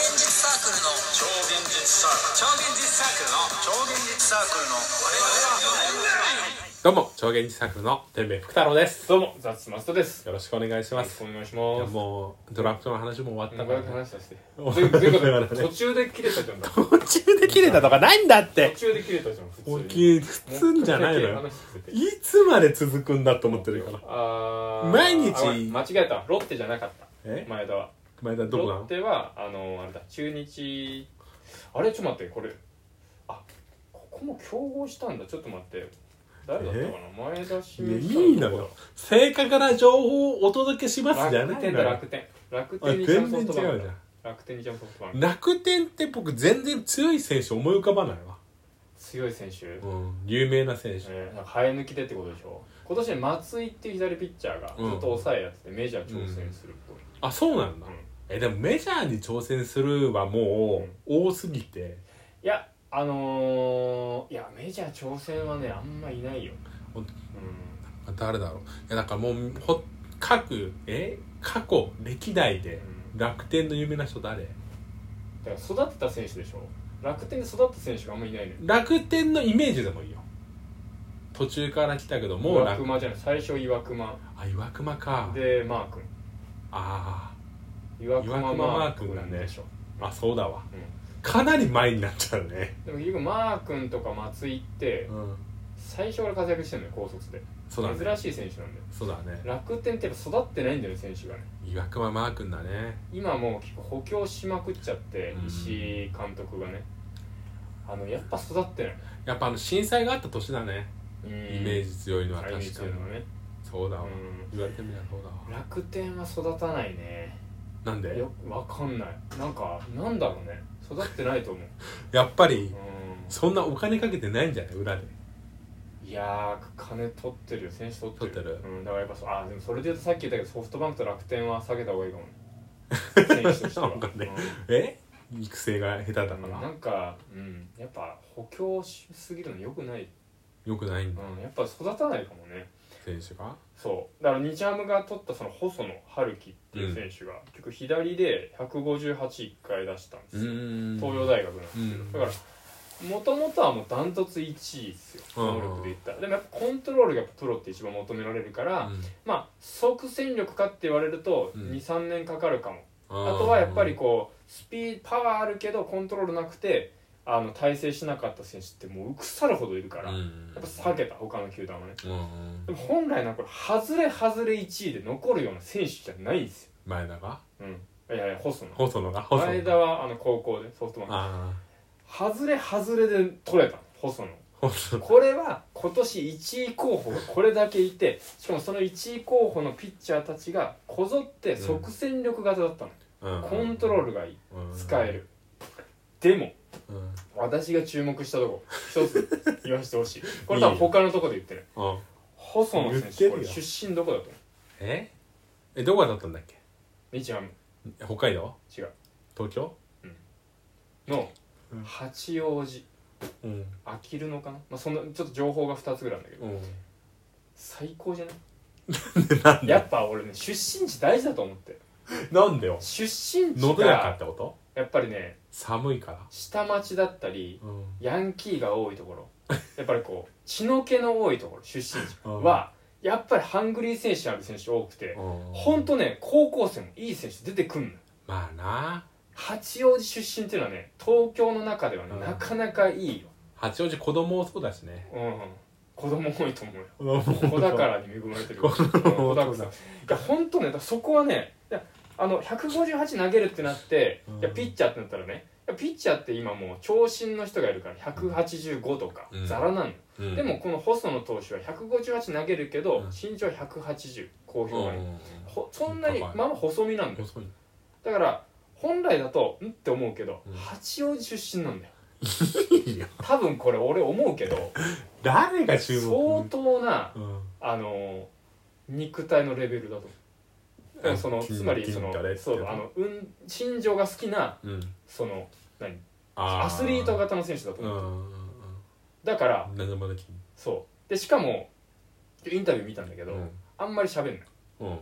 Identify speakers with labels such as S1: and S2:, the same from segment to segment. S1: クルの超現実サークル超現実サークルの超現実サークルの我々は
S2: どうも、超現実サークルの天命福太郎です。
S3: どうも、ザッツマストです。
S2: よろしくお願いします。
S3: お願いし
S2: いや
S3: ます。
S2: もう、ドラフトの話も終わった
S3: 長
S2: から、
S3: く
S2: ね。
S3: 話させて。
S2: お
S3: というということ
S2: だから
S3: で
S2: ね
S3: 途中で切れたじゃん。途
S2: 途中で切れたとかないんだって
S3: 中で切れたじゃん、普
S2: 大
S3: 通に。
S2: きい、普通んじゃないの
S3: もう
S2: よ
S3: 一。回切れた話させて
S2: いつまで続くんだと思ってるから。
S3: あー
S2: 毎日
S3: あ間違えた。ロッテじゃなかった。
S2: え
S3: 前田は。
S2: 前田どこな
S3: ロッ
S2: の
S3: テは、あの、あれだ、中日。あれ、ちょっと待って、これ。あ、ここも競合したんだ。ちょっと待って。誰だったかな前
S2: い
S3: 田
S2: や
S3: 清水さん
S2: いいのよ。正確な情報をお届けしますじゃ
S3: 楽
S2: ない
S3: 天
S2: の
S3: だ、
S2: よ
S3: 楽。天。楽
S2: あ
S3: 天にジャムソ
S2: 全
S3: フト
S2: 然
S3: バ
S2: 違
S3: ン
S2: う
S3: ク
S2: じ
S3: だ
S2: ゃ。
S3: 楽天にジャムソフトバンク
S2: ん。。楽天って僕全然強い選手思い浮かばないわ。
S3: 強い選手。
S2: うん、有名な選手。
S3: えーなんか生え抜きでってことでしょ今年ね松井っていう左ピッチャーがず
S2: うん
S3: っと抑えやっててメジャー挑戦するっぽい、
S2: あ、そうなんだ
S3: うん。
S2: え、でもメジャーに挑戦するはもう多すぎて、
S3: いやあのー、いやメジャー挑戦はねあんまいないよ、う
S2: ほん
S3: ん、
S2: 誰だろういやだからもうほ各え過去歴代で楽天の有名な人誰
S3: だから育てた選手でしょ楽天で育った選手があんまいないのよ
S2: 楽天のイメージでもいいよ途中から来たけどもう
S3: 岩
S2: 楽
S3: 隈じゃない最初岩隈
S2: あ岩隈か
S3: でマー君
S2: あ
S3: 岩隈
S2: 岩
S3: マ
S2: 隈マー
S3: ー
S2: 君
S3: 君
S2: だ
S3: な
S2: ね
S3: んでしょ、
S2: ーあそうだわ
S3: う
S2: かなり前になっちゃうね
S3: ん、でも結局マー君とか松井って
S2: うん
S3: 最初から活躍してるのよ高卒で
S2: そうだね
S3: 珍しい選手なんだよ
S2: そうだね
S3: 楽天ってやっぱ育ってないんだよね選手がね
S2: 岩隈マー君だね
S3: 今もう結構補強しまくっちゃって、
S2: うん
S3: 石井監督がねあのやっぱ育ってない
S2: やっぱあの震災があった年だね
S3: イ
S2: イメージ強いのは確かに
S3: のね、
S2: そうだわ
S3: う
S2: 言われてみればそうだわ
S3: ん、楽天は育たないね
S2: なんで
S3: よわかんないなんかなんだろうね育ってないと思 う、
S2: やっぱり
S3: う
S2: そんなお金かけてないんじゃない裏で
S3: ん、いやー金取ってるよ選手取ってる
S2: 取って
S3: うん、だからやっぱそうあーでもそれで言うとさっき言ったけどソフトバンクと楽天は下げた方がいい かもね選手としては
S2: なんかね
S3: うん
S2: え育成が下手だか
S3: な
S2: ら
S3: んか、うん、やっぱ補強しすぎるのよくない、
S2: よくないんだ
S3: うん、やっぱ育たないかもね
S2: 選手が
S3: そうだから日ハムが取ったその細野春樹っていう選手が、結局左で1581回出したんですよ、
S2: ん
S3: 東洋大学なんですけど、
S2: うん
S3: だからもともとはもうダントツ1位ですよ
S2: うん
S3: 能力でいったらでもやっぱコントロールがやっぱプロって一番求められるから、まあ即戦力かって言われると
S2: うん
S3: 23年かかるかも
S2: あ
S3: あとはやっぱりこうスピードパワーあるけどコントロールなくてあの体制しなかった選手ってもう腐るほどいるから、
S2: うん
S3: やっぱ下げた他の球団はね
S2: うん
S3: でも本来ならこれ外れ外れ1位で残るような選手じゃないんですよ、
S2: 前田が
S3: うん、いやいや細野
S2: 細野が細野
S3: 前田はあの高校でソフトバンク
S2: あ
S3: 外れ外れで取れたの細野
S2: あ細野
S3: これは今年1位候補がこれだけいてしかもその1位候補のピッチャーたちがこぞって即戦力型だったの、
S2: うん
S3: コントロールがいい
S2: うん
S3: 使える、でも
S2: うんうん
S3: 私が注目したとこ一つ言わせてほしいこれ多分他のとこで言ってる細野選
S2: 言
S3: 手
S2: って
S3: こ
S2: る
S3: れ
S2: よ
S3: 出身どこだと思
S2: ええどこがだったんだっけ
S3: う日ハム
S2: 北海道
S3: 違う
S2: 東京
S3: の
S2: うん
S3: 八王子
S2: うん
S3: あきるのかな、まあ、そのちょっと情報が2つぐらいあるんだけど
S2: うん
S3: 最高じゃない
S2: なん
S3: や
S2: で
S3: っぱ俺ね出身地大事だと思って
S2: なんでよ
S3: 出身
S2: の
S3: 地
S2: どやかっ
S3: が
S2: てこと
S3: やっぱりね
S2: 寒いから
S3: 下町だったり
S2: うん
S3: ヤンキーが多いと ころやっぱりこう血の気の多いところ出身地
S2: うん
S3: はやっぱりハングリー選手ある選手多くてほ
S2: ほ
S3: んとね高校生もいい選手出てくんの
S2: まあな
S3: 八王子出身っていうのはね東京の中ではね、
S2: うん
S3: なかなかいいよ、
S2: 八王子子供多そうだしね
S3: うんうん、子供多いと思うよ
S2: 子供
S3: 子宝に恵まれてる
S2: 子
S3: 子
S2: 供
S3: 供だくさんいや本当ねだからそこはねいやあの158投げるってなって、
S2: うん
S3: いやピッチャーってなったらねいやピッチャーって今もう長身の人がいるから185とか
S2: うん
S3: ざらなの、
S2: うん
S3: でもこの細野投手は158投げるけど、
S2: うん
S3: 身長180好評がいい、
S2: うん
S3: ほそんなにまあまあ細身なんだよ
S2: 細い
S3: だから本来だとんって思うけど、
S2: うん
S3: 八王子出身なんだよ
S2: いいよ
S3: 多分これ俺思うけど
S2: 誰が 注
S3: 相
S2: 目
S3: 当な
S2: うん
S3: あの肉体のレベルだと思うその
S2: 筋
S3: つまりそ
S2: 筋
S3: の
S2: トレって
S3: そうあの、うん、身長が好きな
S2: うん、
S3: その何
S2: あー
S3: アスリート型の選手だと
S2: うん
S3: 思う、
S2: うん
S3: だから
S2: うん長丸筋
S3: そうでしかもインタビュー見たんだけ
S2: う
S3: ど、
S2: ん
S3: あんまり喋んない
S2: うんい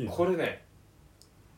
S2: いね
S3: これね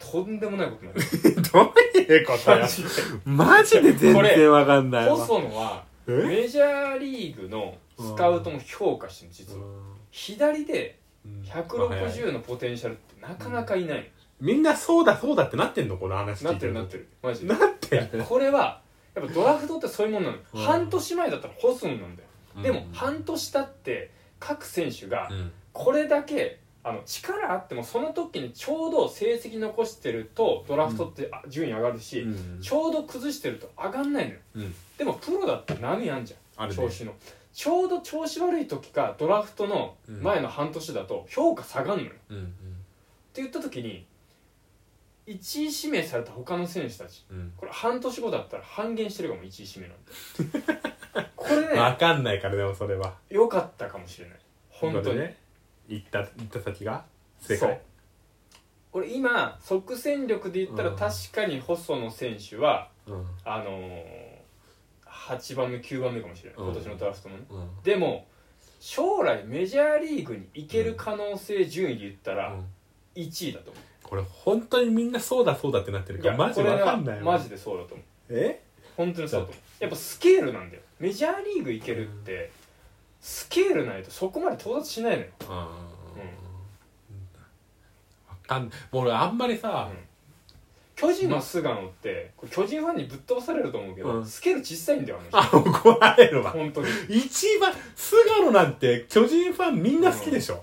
S3: 東とんでもないことになる
S2: どういうこと や マジで全然わかんないわ
S3: 細野は
S2: え
S3: メジャーリーグのスカウトも評価してる実は左で
S2: うん
S3: 160のポテンシャルってなかなかいない
S2: みんなそうだそうだってなってんのこの話
S3: な
S2: 聞い
S3: って
S2: て
S3: る
S2: る
S3: な
S2: と
S3: ってるマジで
S2: なってる
S3: これはやっぱドラフトってそういうもんなのよ
S2: うん
S3: 半年前だったら細野なんだよでも
S2: うん
S3: 半年経って各選手が
S2: うん
S3: これだけあの力あってもその時にちょうど成績残してるとドラフトってあ順位上がるし、
S2: うん
S3: ちょうど崩してると上がんないのよ、
S2: うん
S3: でもプロだって波あんじゃ
S2: あ
S3: ん、
S2: るね
S3: 調子のちょうど調子悪い時かドラフトの前の半年だと評価下がんのよ、っ
S2: うん
S3: て言った時に1位指名された他の選手たち
S2: うん
S3: これ半年後だったら半減してるかも1位指名 なんてこれね
S2: わかんないからでもそれは
S3: 良かったかもしれない本
S2: 今
S3: 当
S2: で
S3: に、
S2: ね行った行った先が正
S3: そう
S2: 解
S3: 俺今即戦力で言ったら
S2: うん
S3: 確かに細野選手は、
S2: うんうん
S3: あのー、8番目9番目かもしれない、
S2: うん
S3: 今年のドラフトもね
S2: うん
S3: でも将来メジャーリーグに行ける可能性順位で言ったら1位だと思
S2: これ本当にみんなそうだそうだってなって
S3: う、
S2: る
S3: い
S2: からマジ
S3: これ
S2: わ
S3: が
S2: かんないわ
S3: マジでそうだと思う
S2: え
S3: 本当にそうだと思うやっぱスケールなんだよメジャーリーグ行けるってスケールないとそこまで到達しないのよ、
S2: うんわかんもう俺あんまりさ
S3: うん巨人の菅野ってこれ巨人ファンにぶっ飛ばされると思うけど、
S2: うん
S3: スケール小さいんだよあの人
S2: あ怒られるわ
S3: 本当に
S2: 一番菅野なんて巨人ファンみんな好きでしょ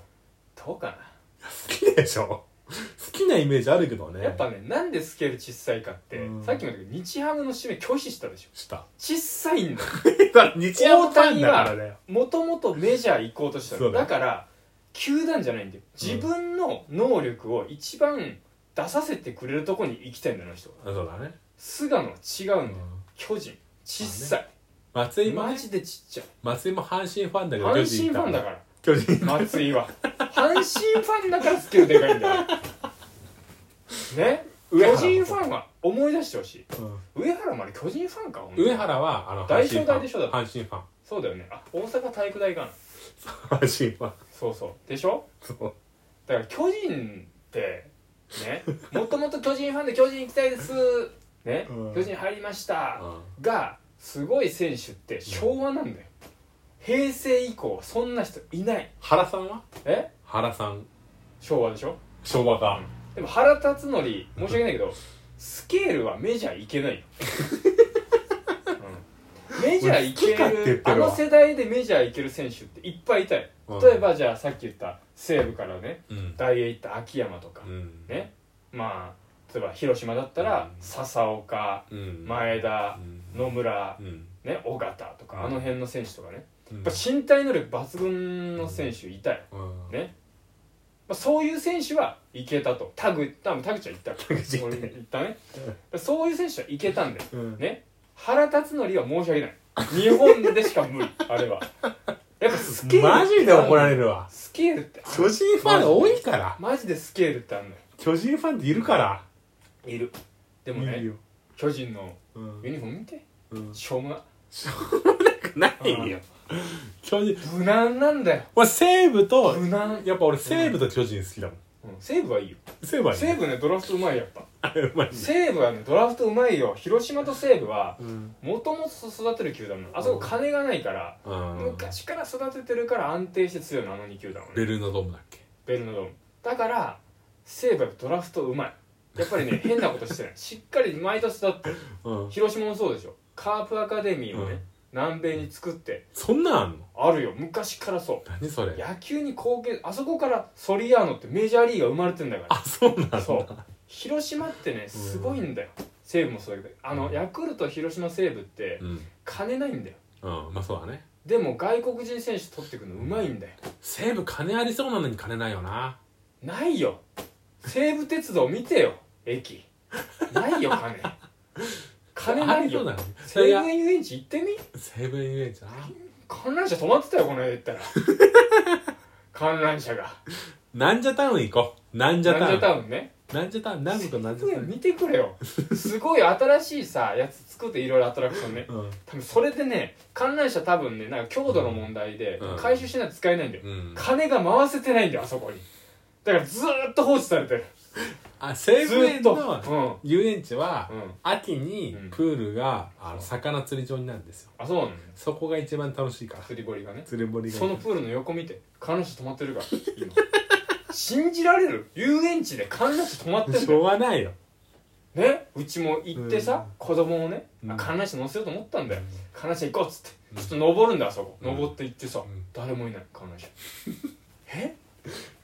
S3: どうか
S2: 好きでしょ好きなイメージあるけど
S3: な、
S2: ね
S3: やっぱねなんでスケール小さいかって、
S2: うん
S3: さっきも言ったけど日ハムの指名拒否したでしょ
S2: した
S3: 小さい んだよ
S2: 日曜ファンだからだよ
S3: もともとメジャー行こうとした
S2: そ
S3: の
S2: うだ
S3: だ
S2: よ
S3: から球団じゃないんだよ自分の能力を一番出させてくれるとこに行きたいんだよあの人は
S2: あそうだね
S3: 菅野は違う
S2: うん
S3: だよ、
S2: ん
S3: 巨人小さい、
S2: 松井も
S3: マ
S2: ね
S3: ジでちっちゃい
S2: 松井も阪神ファンだけど
S3: 阪神ファンだ
S2: ら
S3: から
S2: 巨人
S3: 松井は阪神ファンだからスケールでかいんだよね
S2: 上原
S3: 巨人ファンは思い出してほしい上原まで巨人ファンかほんとに
S2: 上原はあの阪神
S3: 大正
S2: ファ
S3: 大
S2: ン
S3: でしょだって
S2: 阪神ファン
S3: そうだよねあ大阪体育大かな
S2: 阪神ファン
S3: そうそうでしょ
S2: そう
S3: だから巨人ってねもともと巨人ファンで巨人行きたいですね、
S2: うん
S3: 巨人入りました、
S2: うん
S3: がすごい選手って昭和なんだよ、平成以降はそんな人いない
S2: 原さんは
S3: え
S2: 原さん
S3: 昭和でしょ
S2: 昭和か
S3: でも原辰徳申し訳ないけどスケールはメジャーいけないよ、うんメジャーいけ
S2: 俺好きかって言っ
S3: る
S2: て
S3: あ
S2: るわ
S3: の世代でメジャーいける選手っていっぱいいたよ
S2: うん
S3: 例えばじゃあさっき言った西武からね
S2: うん
S3: 大栄行った秋山とか、
S2: うん
S3: ねまあ例えば広島だったら
S2: うん
S3: 笹岡
S2: うん
S3: 前田
S2: うん
S3: 野村
S2: うん
S3: ね尾形と
S2: う
S3: か
S2: ん
S3: あの辺の選手とかね
S2: うん
S3: やっぱ身体能力抜群の選手いたよ、
S2: うん
S3: ねまあ、そういう選手はいけたとタグ多分田口は言った
S2: 田口行
S3: 俺
S2: った
S3: 言ったねそういう選手はいけたんだよ
S2: うん
S3: ね原辰徳は申し訳ない日本でしか無理あれはやっぱスケール
S2: マジで怒られるわ
S3: スケールって
S2: 巨人ファン多いから
S3: マジでスケールってあんのよ
S2: 巨人ファンっているから
S3: いるで
S2: で
S3: もね
S2: いるよ
S3: 巨人の
S2: うん
S3: ユニフォーム見て
S2: うん
S3: しょうもない
S2: ないよ巨人
S3: 無難なんだよ
S2: 俺西武と
S3: 無難、
S2: やっぱ俺西武と巨人好きだもん
S3: うん、西武はいいよ
S2: 西武はいい
S3: 西武ねドラフトうまいやっぱ
S2: あうまい
S3: 西武はねドラフトうまいよ広島と西武は
S2: うん
S3: もともと育てる球団なのあそこ金がないから
S2: うん
S3: 昔から育ててるから安定して強いのあの2球団はね
S2: ベルーナドームだっけ
S3: ベルのドームだから西武はドラフトうまいやっぱり ね変なことしてないしっかり毎年だって
S2: うん
S3: 広島もそうでしょカープアカデミーをね、
S2: うん
S3: 南米に作って
S2: そんなんあんの
S3: あるよ昔からそう
S2: 何それ
S3: 野球に貢献あそこからソリアーノってメジャーリーガー生まれてんだから
S2: あそうなんだ
S3: そう広島ってねすごいんだよ、西武もそうだけどあのヤクルト広島西武って
S2: うん
S3: 金ないんだよ
S2: うんまあそうだね
S3: でも外国人選手取ってくのうまいんだよ
S2: 西武金ありそうなのに金ないよな
S3: ないよ西武鉄道見てよ駅ないよ金金ないよ
S2: ありそう
S3: 西
S2: だよ
S3: 武遊園地行ってみ
S2: 西武遊園地な
S3: 観覧車止まってたよこの間行ったら観覧車が
S2: なんじゃタウン行こうなんじゃ
S3: なん
S2: タ
S3: じ
S2: ウ
S3: ゃタウンね
S2: ンなんじゃタウン南部となんじゃタウン
S3: 見てくれよすごい新しいさやつ作っていろいろアトラクションね
S2: うん
S3: 多分それでね観覧車多分ねなんか強度の問題で
S2: うん
S3: 回収しないと使えないんだよ、
S2: うん
S3: 金が回せてないんだよあそこにだからずーっと放置されてる
S2: あ西
S3: ず
S2: 武
S3: ーっ
S2: 園の
S3: と
S2: 遊園地は
S3: うんうん
S2: 秋にプールがあの魚釣り場になるんですよ
S3: あそうなの
S2: そこが一番楽しいから
S3: 釣り堀がね
S2: 釣り堀が
S3: そのプールの横見て観覧車止まってるから今 信じられる遊園地で観覧車止まってる
S2: しょうがないよ
S3: ねうちも行ってさ、子供をね、
S2: うん
S3: あ観覧車乗せようと思ったんだよ、観覧車行こうっつってちょっと登るんだあそこ、
S2: うん
S3: 登って行ってさ、
S2: ん
S3: 誰もいない観覧車え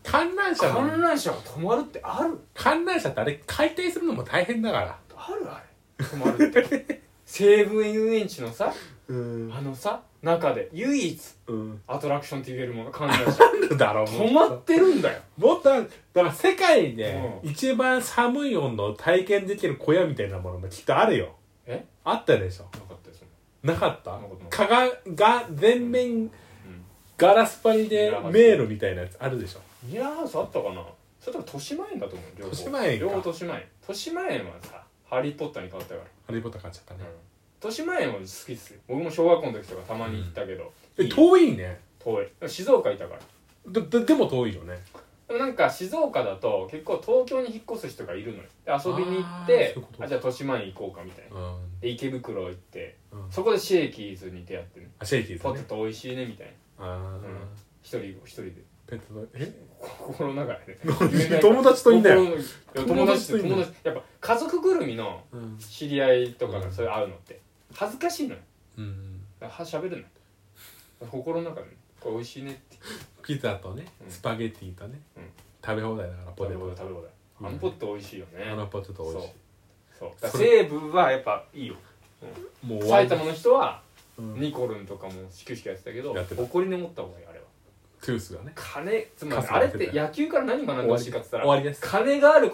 S2: 観覧車
S3: 観
S2: の
S3: 覧車が止まるってある
S2: 観覧車ってあれ回転するのも大変だから
S3: あるあ れ止まるって西武園遊園地のさ
S2: うん
S3: あのさ中で唯一
S2: うん
S3: アトラクションって言えるもの観覧 車
S2: だろう
S3: 止まってるんだよ
S2: もっとあるだから世界で
S3: う
S2: 一番寒い温度を体験できる小屋みたいなものもきっとあるよ
S3: え
S2: あったでしょ
S3: なかったよその
S2: なかった
S3: なかった
S2: かがが全面ガラス張りで迷路みたいなやつあるでしょ
S3: ミラーハウスあったかなそれとも豊島園だと思う両方
S2: 豊島園か
S3: 両方豊島園豊島園はさ「ハリー・ポッター」に変わったから、
S2: ハリー・ポッター買っちゃった
S3: うん
S2: ね、
S3: 豊島園は好きっすよ僕も小学校の時とかたまに行ったけど、
S2: え
S3: いい
S2: 遠いね
S3: 遠い静岡いたから
S2: でででも遠いよね
S3: でもなんか静岡だと結構東京に引っ越す人がいるのよで遊びに行って
S2: あーそういうこと
S3: あじゃあ豊島園行こうかみたいな
S2: うん、
S3: で池袋行って
S2: うん、
S3: そこでシェーキーズに出会ってね
S2: あシェイキーズ
S3: ポ
S2: ね
S3: テト美味しいねみたいな
S2: あー、
S3: うん一人一人で
S2: ペットのえ
S3: 心の中で ね
S2: 友達といんだよ、
S3: 心のいや友達
S2: 友達と
S3: と
S2: いんだ
S3: 友
S2: よ
S3: 達やっぱ家族ぐるみの
S2: うん
S3: 知り合いとか
S2: う
S3: が
S2: ん
S3: それ会うのって恥ずかしいのよ
S2: うん、
S3: だからは喋れない心の中でねこれ美味しいねって
S2: ピザとね
S3: うん
S2: スパゲティとね、
S3: うん
S2: 食べ放題だからポ
S3: 食
S2: テ
S3: べ放
S2: ト
S3: 題食べ放題
S2: うん
S3: あのポット美味しいよね
S2: あのポテト美味しい
S3: そうだか
S2: そ
S3: ら
S2: れ
S3: 西武はやっぱいいよ
S2: もう終わり
S3: 埼玉の人は
S2: うん
S3: ニコルンとかも始球式やってたけど
S2: やってた
S3: 誇りに思った方がいいあれは
S2: トゥースがね
S3: 金つまり
S2: カス
S3: あ
S2: が
S3: れ
S2: 出
S3: って
S2: たよ
S3: て野球から何学んでほしいかっつったら
S2: 終わりです
S3: 金があるこ